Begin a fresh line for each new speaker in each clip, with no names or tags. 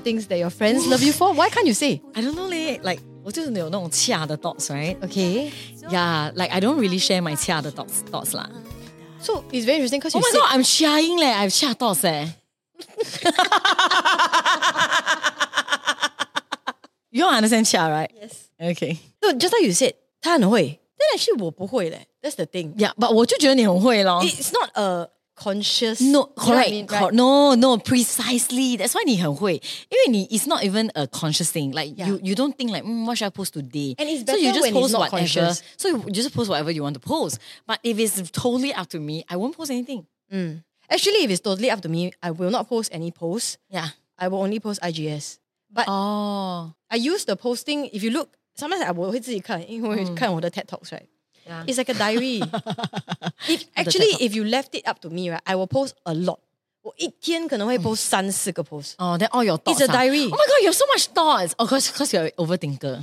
things that your friends love you for? Why can't you say?
I don't know leh, like 我就是有那种恰的 thoughts right
Okay.
yeah like I don't really share my 恰的 thoughts thoughts lah
So it's very interesting because
oh
you
my
said
god I'm shying leh I have 恰 thoughts eh you don't understand 恰 right
Yes.
okay
no, just like you said, 他很会. Then actually 我不会 leh. That's the thing.
yeah but 我就觉得你很会咯
It's not a conscious.
No,
you know what I
correct.
mean,
cor-
right?
No, no, precisely. That's why 你很会，因为你 it's not even a conscious thing. Like
Yeah.
you, you don't think like, mm, what should I post today?
And it's
so you
better
just
when it's
post
not
whatever.
conscious.
So you you just post whatever you want to post. But if it's totally up to me, I won't post anything.
Mm. Actually, if it's totally up to me, I will not post any posts.
Yeah.
I will only post IGS. But
Oh.
I use the posting. If you look, sometimes I 我会自己看，因为看我的 TED Talks right.
Yeah.
It's like a diary. if actually if you left it up to me right, I will post a lot. 我一天可能会 post 三四个 post.
Oh, then all your thoughts.
a
are-
diary.
Oh my god, you have so much thoughts. Oh, cause, cause you're an overthinker.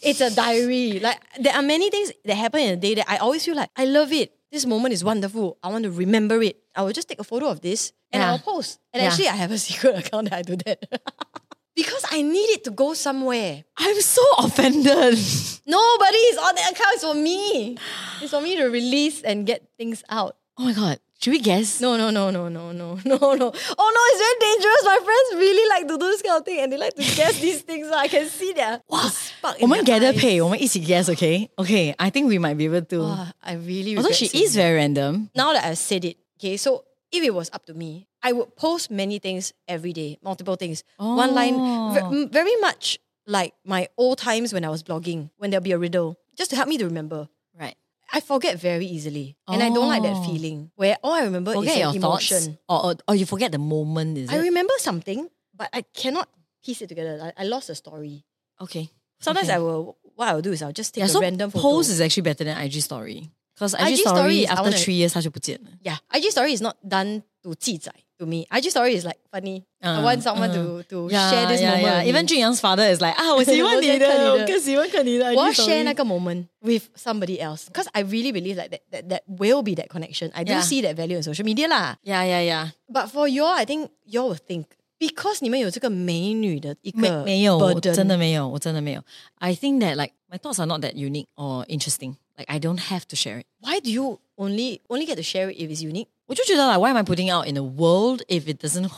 It's a diary. Like there are many things that happen in a day that I always feel like I love it. This moment is wonderful. I want to remember it. I will just take a photo of this and
Yeah.
I'll post. And
Yeah.
actually, I have a secret account that I do that because I need it to go somewhere.
I'm so offended.
Nobody is on that account. It's for me. It's for me to release and get things out.
oh my god. Should we guess?
No, no, no, no, no, no, no, no. Oh no, it's very dangerous. My friends really like to do this kind of thing and they like to guess these things. So I can see their wow. spark. in
我们
their
gather
eyes.
pay. 我们一起 guess. Okay. Okay. I think we might be able to.
Ah, I really
Although
regret
she
saying
is very random.
now that I've said it, okay, so if it was up to me, I would post many things every day, multiple things. One line,
Oh.
v- m- very much like my old times when I was blogging, when there'll be a riddle, just to help me to remember.
Right.
I forget very easily, and I don't like that
Oh.
feeling where all I remember
forget
is
your
an emotion.
thoughts, or, or or you forget the moment. Is
I
it
remember something, but I cannot piece it together. I, I lost the story.
okay?
Sometimes
Okay.
I will. What I'll do is I'll just take
Yeah,
a
so
random photo.
post is actually better than IG story because IG,
IG
story,
story is- I
after
wanna-
three years 它就不见了。
Yeah, IG story is not done to 记载 to me. IG story is like funny. I
Uh,
want someone
uh.
to to
Yeah,
share this
yeah,
moment.
yeah.
with me.
Even Jun Yang's father is like 啊，我喜欢你的，我更喜欢看你的 IG
我要
story。
share 那个 moment with somebody else because I really believe like that, that that will be that connection. I do
Yeah.
see that value in social media lah.
Yeah, yeah, yeah.
But for you, all I think you all will think because 你们有这个美女的一个
没有，
burden.
真的没有，我真的没有。I think that like my thoughts are not that unique or interesting. Like I don't have to share it.
Why do you only only get to share it if it's unique?
我就觉得 like why am I putting out in the world if it doesn't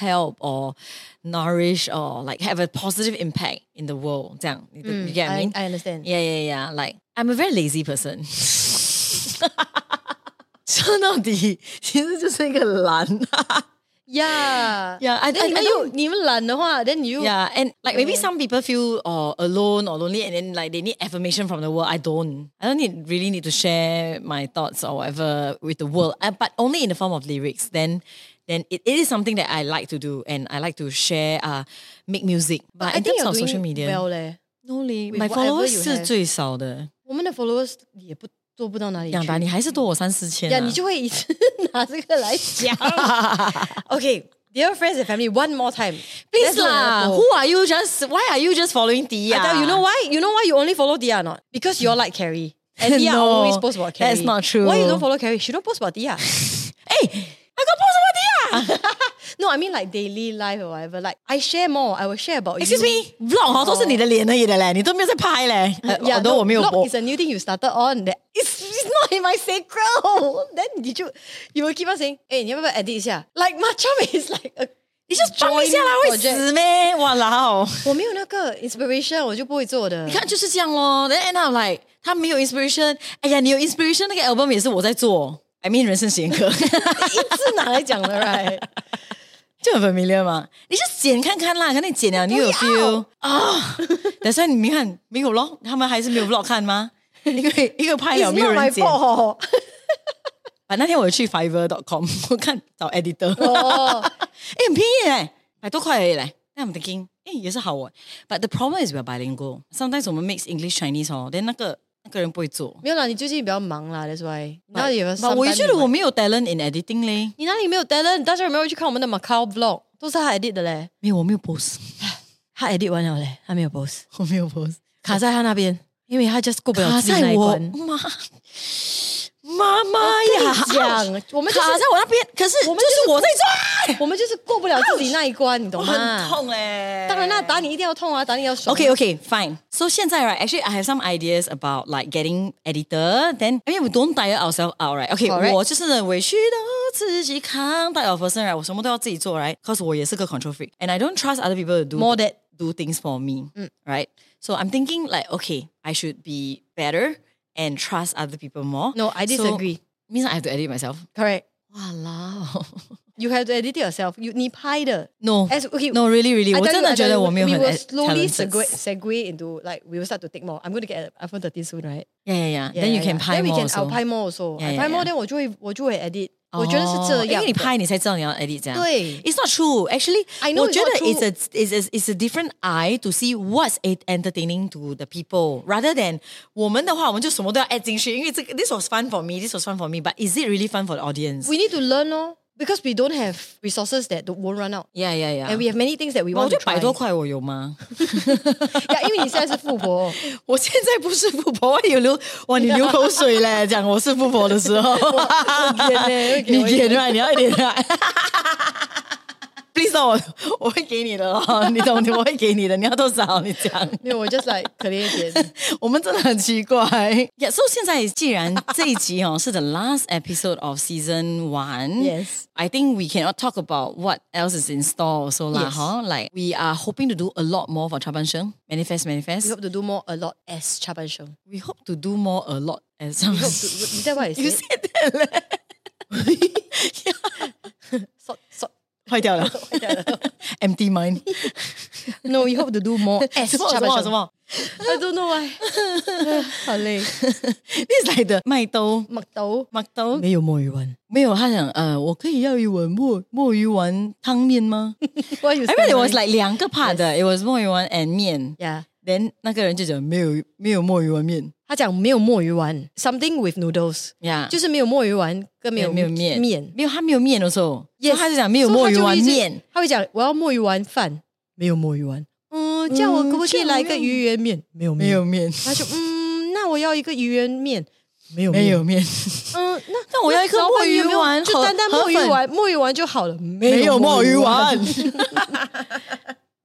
help or nourish or like have a positive impact in the world? 这样，you Mm, you get what I
I,
mean?
I understand.
Yeah, yeah, yeah. Like I'm a very lazy person. 说到底，其实就是一个懒。
Yeah.
Yeah, I- I- I
then 你们又你们懒的话 then you
Yeah, and like maybe some people feel uh, alone or lonely, and then like they need affirmation from the world. I don't. I don't need, really need to share my thoughts or whatever with the world, uh, but only in the form of lyrics. Then, then it, it is something that I like to do, and I like to share, uh, make music. But,
I
in
think
terms
you're
of social
doing
media,
well leh.
no leh,
with
my
whatever
followers
you
是
have
最少的，
我们的 followers 也不做不到哪里去。
两百，你还是多我三四千、啊。
Yeah, 你就会一直 拿这个来讲。Okay, dear friends and family, one more time.
please
Let's do
lah.
another poll.
Who are you? Just why are you just following Dia?
I tell you, you know why? You know why you only follow Dia or not? Because you're like Carrie. And Dia
No,
always posts about Carrie.
that's not true.
Why you don't follow Carrie? She don't post about Dia.
Hey, I got post about Dia.
no, I mean like daily life or whatever. Like I share more. I will share about
Excuse
you.
me, vlog 哦，都是你的脸而已的嘞，你都没有在拍嘞。
Yeah,
呃 although
no,
我没有
blog
播
is。a new thing you started on. That it's, it's not in my sacral. Then did you you will keep on saying, hey, 你要不要 edit 一下? Like Macham is like a
你就是装一下啦，
joint
会
project.
死咩？哇老，
我没有那个 inspiration，我就不会做 的。你
你看就是这样咯。Then end up like 他没有 inspiration，哎呀，你有 inspiration，那个 album 也是我在做。I mean 人生实验课
是拿来讲 的，right？
就很 familiar 嘛，你就剪看看啦，可能你剪了你有 feel 啊。 但是你看没有咯，他们还是没有 vlog 看吗？一个一个拍了
It's
没有
not
人
my
剪。
fault。
啊，那天我去 fiverr.com，我看找 editor，哎、
哦
诶哎很便宜嘞，百多块而已嘞。那 I'm thinking，哎、也是好哦。But the problem is we're bilingual. Sometimes 我们 mix English Chinese 哦，但那个那个人不会做。
没有啦，你最近比较忙啦，that's why。你哪
But-
里有
but
上班
我
没
也
有？
觉得我没有 talent in editing 嘞，
你哪里没有 talent？大家有没有去看我们的 Macau vlog？都是他 edit 的嘞，
没有，我没有 pose，
他 edit 完了嘞，他没有 post，
我没有 pose，
卡在他那边，因为他 just 过不了
卡
自己那
在
一
我
关。
妈妈妈呀！
讲，我们就是
卡在我那边，可是
我们就
就
是
是我在抓，
我们就是过不了自己那一关，你懂
我
吗？
很痛哎、
当然啦，打你一定要痛啊，打你要爽啊。
Okay, okay, fine. So 现在 right, actually I have some ideas about like getting editor. Then I mean we don't tire ourselves out, right? Okay,
Correct.
我就是委屈到自己扛 type of person, right? 我什么都要自己做 right? Cause 我也是个 control freak, and I don't trust other people to do
More that. Mm.
do things for me, right? So I'm thinking like, okay, I should be better and trust other people more.
No, I disagree.
So, means I have to edit myself.
Correct.
Wow.
You have to edit yourself. You 你拍的
No,
As- okay,
no, really, really.
I tell you, I tell you, We
我真的觉得我没有很呃
will slowly
talented.
segue, segue into like we will start to take more. I'm going to get an iPhone 13 soon, right?
Yeah, yeah, yeah.
Yeah,
Then you
yeah,
can
yeah.
拍
Then we
more
can, I'll
also.
拍 more also.
Yeah,
I
yeah,
拍 more
yeah.
then 我就会我就会 edit。我觉得是这样的，
哦因为你拍你才知道你要 edit 这样。
对。
，It's not true. Actually,
I know it's not
我觉得
true.
it's a it's a, it's a different eye to see what's it entertaining to the people rather than 我们的话，我们就什么都要 add 进去，因为这个 this was fun for me, this was fun for me, but is it really fun for the audience?
We need to learn 哦，because we don't have resources that don't- won't run out.
yeah, yeah, yeah.
And we have many things that we want to try.
我觉得百多块我有吗？
呀，因为你现在是富 婆，
我现在不是富婆，有流哇，你流口水嘞！讲我是富婆的时候，
我我演嘞，
你
我演。
演啊，你要一点啊。Please 让我，我会给你的哦，你懂的，我会给你的。你要多少？你讲，
没有，我 just like 可怜一点。
我们真的很奇怪。Yeah, so 现在既然这一集哦是 the last episode of season one,
Yes.
I think we cannot talk about what else is in store also lah.
Yes.
huh? Like we are hoping to do a lot more for 插班生 manifest manifest.
We hope to do more a lot as 插班 生。
We hope to do more a lot as
We hope to. Is that what I
You
said?
said that
Sort- sort-
坏掉了，empty mind
No, we hope to do more as 插班生。
什么什么什么
I don't know why. 好累，
，this is like the 麦兜
麦兜
麦兜
没有墨鱼丸。
没有，他讲呃，我可以要一碗墨墨鱼丸汤面吗
Why you?
I
so
mean it was
nice?
like 两个 part 的，it was 墨鱼丸 and 面
yeah.
，then 那个人就讲没有没有墨鱼丸面
他讲没有墨鱼丸，something with noodles，
，yeah，
就是没有墨鱼丸跟没有
没有面
面。
没有他没有面 also，
Yes，
他就讲没有墨鱼丸面，
他会讲我要墨鱼丸饭，没有墨鱼丸。嗯，叫我可不可以来个鱼圆面？没有面，
没有面，
他就嗯，那我要一个鱼圆面，没有面。
没有面。
嗯，那
那我要一颗
老板
墨鱼
有没有
丸
就
和
单单
河
墨鱼
粉
丸，墨鱼丸就好了，没
没有墨鱼丸。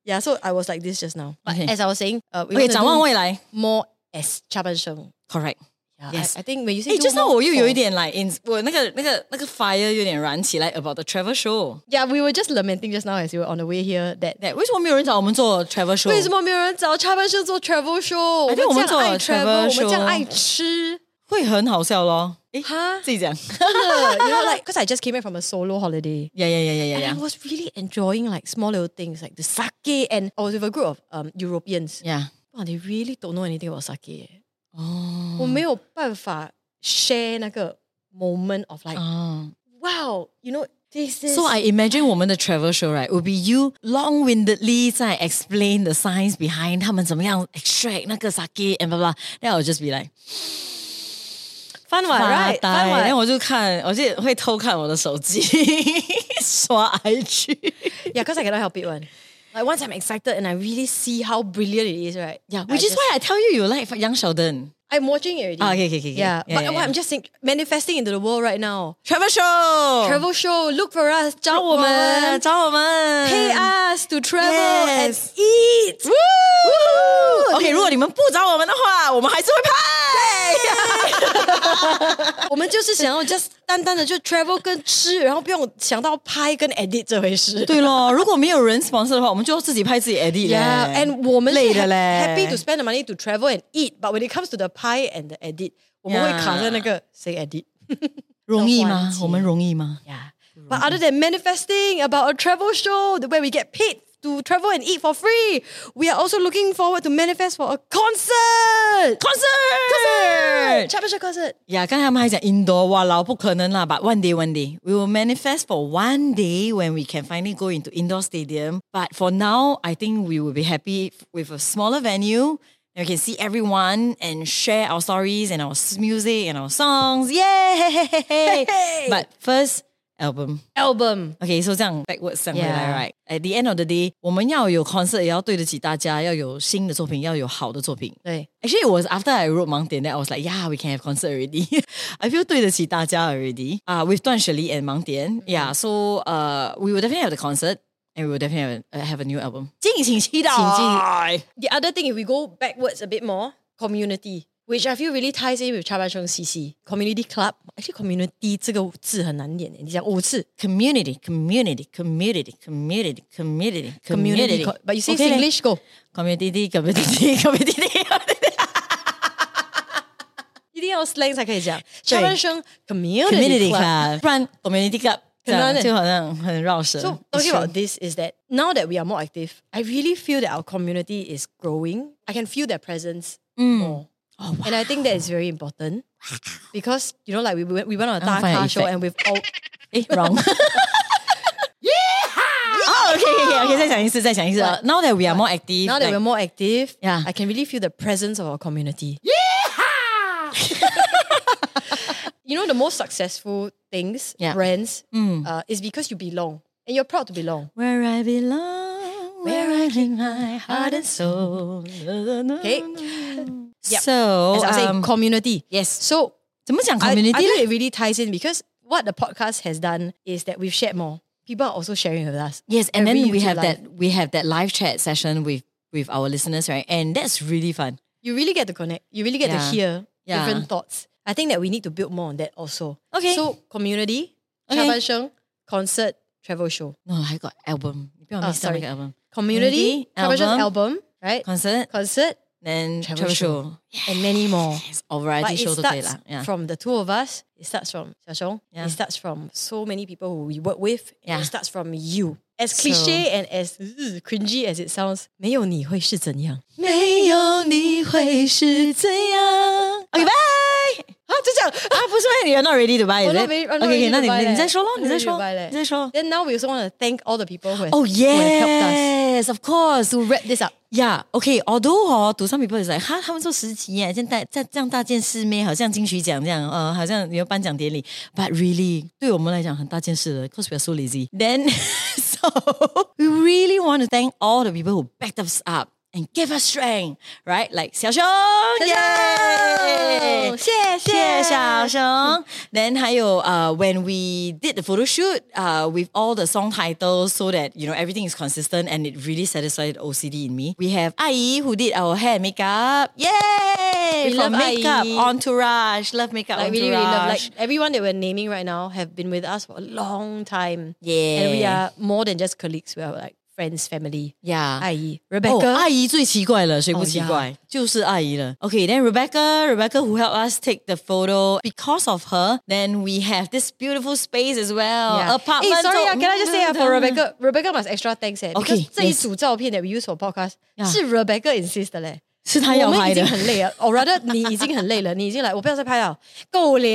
Yeah, so I was like this just now. But
Okay.
as I was saying, uh, we want
OK，
to
展
do
望未来
more as 插班生。
，correct。
Yeah,
Yes.
I, I think when you say
哎，
do
就像
more
我又
for-
有一点来 in，我那个那个那个 fire 有点燃起来 about the travel show。
Yeah, we were just lamenting just now as we were on the way here that
对，为什么没有人找我们做 travel show？
为什么没有人找插班生做 travel show？
I think
我们这样爱
我们做 travel
我们这样
show
爱吃。
会很好笑咯？哎，
哈
自己 讲。
真的 you know, like because I just came back from a solo holiday.
呀呀呀呀呀
And I
呀！
was really enjoying like small little things like the sake, and I was with a group of um Europeans.
呀，
Wow, they really don't know anything about sake. 耶
哦
我没有办法 share 那个 moment of like
哦。
wow, you know this is
Ah. So I imagine 我们的 travel show right would be you long-windedly 在 explain the science behind 他们怎么样 extract 那个 sake and blah blah。Then I'll just be like
fun
发
one,
呆
right? Fun one.
然后我就看，我就会偷看我的手机， 刷 IG。
Yeah, because I cannot help it one. Like once I'm excited and I really see how brilliant it is, right?
Yeah,
I
which is
just-
why I tell you you like young Sheldon.
I'm watching it already.
Ah, okay, okay, okay, okay.
Yeah,
Mm. Yeah,
but
yeah,
what
yeah.
I'm just saying, manifesting into the world right now.
Travel show.
Travel show, look for us, 找我们
找我们
pay us to travel and
Yes.
eat. Woo!
OK，如果你们不找我们的话，我们还是会 拍。
我们就是想要 just 单单的就 travel 跟吃，然后不用想到拍跟 edit 这回事。
对咯，如果没有人 sponsor 的话，我们就自己拍自己 edit 嘞。
，Yeah，and 我们是
累的
ha-
嘞
Happy to spend the money to travel and eat，but when it comes to the pie and the edit，我们
Yeah
会卡在那个谁 edit。
容易吗
环？节
我们容易吗？
Yeah. But other than manifesting about a travel show the- where we get paid to travel and eat for free, we are also looking forward to manifest for a concert.
Concert，concert。
Travel show concert.
呀，刚才他们还讲 indoor，哇，老不可能啦！But one day, one day, we will manifest for one day when we can finally go into indoor stadium. But for now, I think we will be happy with a smaller venue. And we can see everyone and share our stories and our s- music and our songs. Yay! But first, album。
album.
OK，so 这样 backwards 这样
Yeah.
回来，right？At the end of the day，我们要有 concert，也要对得起大家，要有新的作品，要有好的作品。
对
Actually, it was after I wrote Mountain that I was like, yeah, we can have concert already. I feel 对得起大家 already. Uh, with Duan Shirley and Mountain.
Mm-hmm.
Yeah, so uh, we will definitely have the concert and we will definitely have a, uh, have a new album. 敬请期待。
The other thing, if we go backwards a bit more, community, which I feel really ties in with 插班生 CC community club. Actually, community 这个字很难念，你讲五次
Community, community, community, community,
community,
community, community.
co- but you say
Okay,
English go.
Community, community, community.
一定要 slang 才可以讲。插班生 community
Community
club.
club. 不然 community club
很难的。
这样就好像很绕舌。
So talking about this is that now that we are more active, I really feel that our community is growing. I can feel their presence more.
Oh, wow.
And I think that is very important because you know, like we went, we went on a
I'll
dark
find an
car show
effect.
and we've all
诶 Eh, wrong. Oh, okay, okay, okay. 再讲一次，再讲一次。
What?
Now that we are more active,
now that
like-
we're more active,
Yeah.
I can really feel the presence of our community. you know, the most successful things,
Yeah.
brands, uh, is because you belong and you're proud to belong.
where I belong, where I lay my heart and soul.
Okay, Yep.
So,
as I say,
um,
community.
yes.
So
怎么讲
I, I
community
feel it really ties in because what the podcast has done is that we've shared more. People are also sharing with us.
Yes, and
every
then we
YouTube
have
live.
that we have that live chat session with with our listeners, right? And that's really fun.
You really get to connect. You really get
Yeah.
to hear
Yeah.
different thoughts. I think that we need to build more on that also.
Okay.
So community,
Okay.
下半生, concert, travel show.
No, I got album.
Oh,
你不要 miss
sorry.
album.
Community,
Community,
下半生 album.
album.
right?
Concert,
concert,
then
travel
travel, show.
and many more.
Yes, or variety
it
show
starts
都可以啦。Yeah.
from the two of us. It starts from Xiaoxiong.
Yeah.
It starts from so many people who we work with. and
Yeah.
It starts from you. As cliche and as ugh, cringy as it sounds, 没有你会是怎样?
没有你会是怎样。Okay, bye. 啊，就这样啊，不是 You're not ready to buy
Oh,
is
not
it?
very- I'm not ready
okay,
to buy
okay, 那你-
嘞。
你再说咯，
I'm not ready to
你再说，
buy 嘞。
你再说。
Then now we also want to thank all the people who have,
Oh
who have helped us
yes, of course.
to wrap this up.
Yeah, okay. Although 哦 to some people is like 哈，他们做十集耶，现在在这样大件事咩？好像金曲奖这样，呃，好像有颁奖典礼。But really，对我们来讲很大件事了，cause we are so lazy. Then so we really want to thank all the people who backed us up. And give us strength, right? Like 小熊，耶！谢谢小熊。Then 还有呃、w h e n we did the photo shoot 呃、with all the song titles so that you know everything is consistent and it really satisfied OCD in me. We have 阿姨 who did our hair and makeup. Yay!
We
From
love 阿
makeup
姨
entourage, love makeup
Like
entourage.
really, really love. Like everyone that we're naming right now have been with us for a long time. And we
Yeah.
are more than just colleagues. We are like friends, family.
yeah.
阿姨
哦，
Rebecca，
阿姨最奇怪了，谁不奇怪
Oh,
就是阿姨了。Okay, then Rebecca, Rebecca who helped us take the photo. Because of her, then we have this beautiful space as well.
Yeah.
Uh, Apartment.
Hey, sorry, ah, can I just say ah, for
嗯
Rebecca, Rebecca must extra thanks eh,
Okay,
because 这一组照片 that we use for podcast 是 Rebecca insist 的嘞。
是她
我
要
们已
拍的
经。很累了，or rather 你已经很累了，你已经来，我不要再拍了，够了。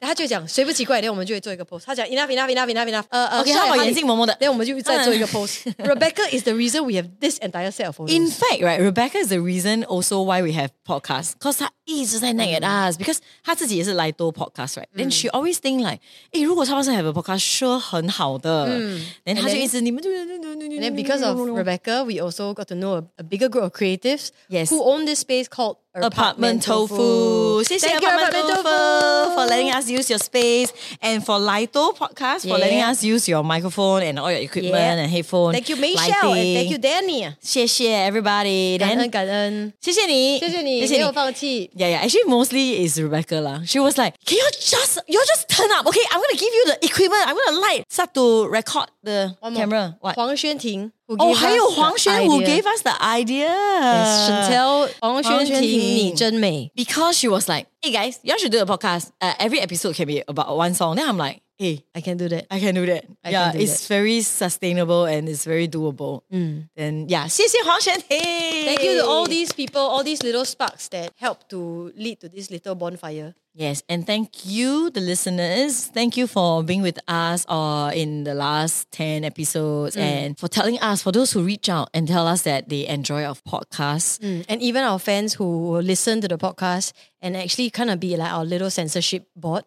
然后他就讲谁不奇怪，然后我们就会做一个 post。他讲 enough enough enough enough enough，呃呃
OK，他把眼镜蒙蒙的
然后我们就再做一个 post。Rebecca is the reason we have this entire set of photos。
In fact, right, Rebecca is the reason also why we have podcasts. Because 她一直在 nag at us. Because 她自己也是 like 多 podcast, right? Then
Mm.
she always think like, 诶，如果上半身 have a podcast, sure 很好的。Then
Mm. And
她就一直你们就
And then because of Rebecca, we also got to know a, a bigger group of creatives
Yes.
who own this space called
Apartment Tofu. 谢谢
Thank you,
Apartment
Apartment
Tofu for
Tofu.
letting us use your space and for Lito Podcast for
Yeah.
letting us use your microphone and all your equipment
Yeah.
and headphone.
Thank you, Michelle, and thank you, Danny.
谢谢 everybody.
感
Then
恩感恩，
谢谢你，
谢谢你，没有
谢谢你。
放弃。
Yeah, yeah. Actually, mostly is Rebecca lah. She was like, "Can you just, you just turn up? Okay, I'm gonna give you the equipment. I'm gonna light start to record the
One more.
camera. What? Oh,
黄轩婷，who gave
哦，
us
还有
the
黄轩，who
idea.
gave us the idea.
Yes, Chantel，黄轩
黄轩
婷，
婷
你真美。
because she was like, "Hey guys, y'all should do a podcast. Uh, every episode can be about one song." Then I'm like, "Hey,
I can do that.
I can do that.
I
yeah,
can do
it's very sustainable and it's very doable."
Hmm.
Then yeah, 谢谢 Huang Shen
Thank you to all these people, all these little sparks that help to lead to this little bonfire.
Yes, and thank you, the listeners. Thank you for being with us uh, in the last 10 episodes
Mm.
and for telling us, for those who reach out and tell us that they enjoy our podcast.
Mm, And even our fans who will listen to the podcast and actually kind of be like our little censorship board.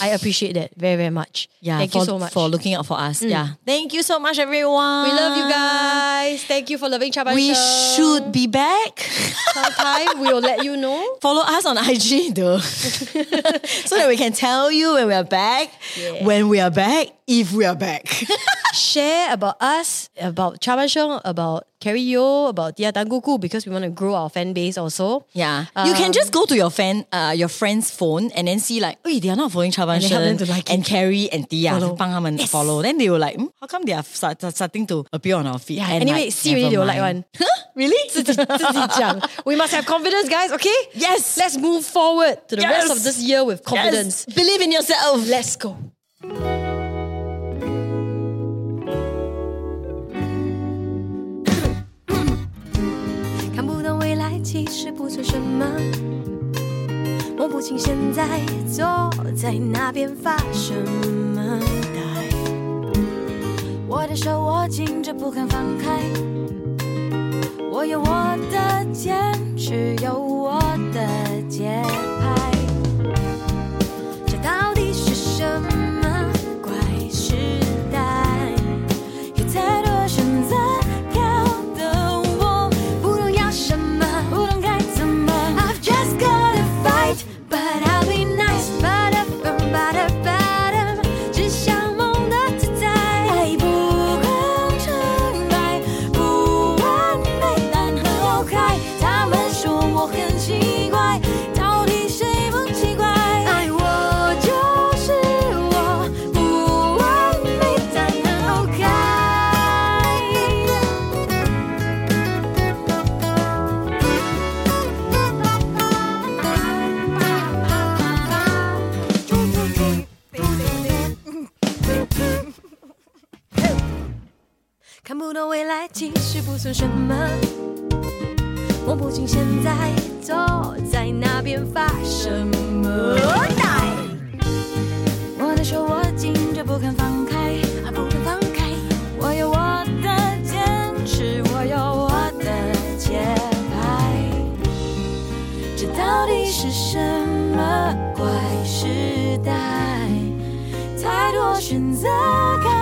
I appreciate that very, very much.
Yeah,
Thank you
for,
so much. Mm.
for looking out for us. Yeah. Thank you so much, everyone.
we love you guys. uh, Thank you for loving Chaban
We
Show.
should be back.
Sometime we will let you know.
Follow us on IG though, so that we can tell you when we are back, when we are back, if we are back.
Share about us, about Chaban Show, about Carrie Yo, about Tia Tanguku because we want to grow our fan base also.
Yeah, you can just go to your fan, uh, your friend's phone, and then see like, oh, they are not following Chaban
then help them to
Shen
like
and Carrie and Tia,
Follow.
bang them follow. Then they will like, hmm, how come they are start, start- starting to appear on our feed? Yeah,
Anyway, see really they will like one.
really?
自己讲. we must have confidence, guys, okay?
Yes.
Let's move forward to the
Yes.
rest of this year with confidence.
Yes. Believe in yourself.
Let's go.
看不懂未来其实不算什么，摸不清现在坐在那边发什么呆。我的手握紧着不肯放开，我有我的坚持，有我的节拍。这到底是什么怪时代？有太多选择，搞得我不懂要什么，不懂该怎么。I've just gotta fight, but I'll be nice, but I'm but I'm but I'm，只想梦的自在。爱不能成败，不完美但很好看。他们说我很奇怪，到底谁不奇怪？爱我就是我，不完美但很好看。看不懂未来其实不算什么，摸不清现在坐在那边发什么呆。我的手握紧着不肯放开，啊不肯放开。我有我的坚持，我有我的节拍。这到底是什么怪时代？太多选择，搞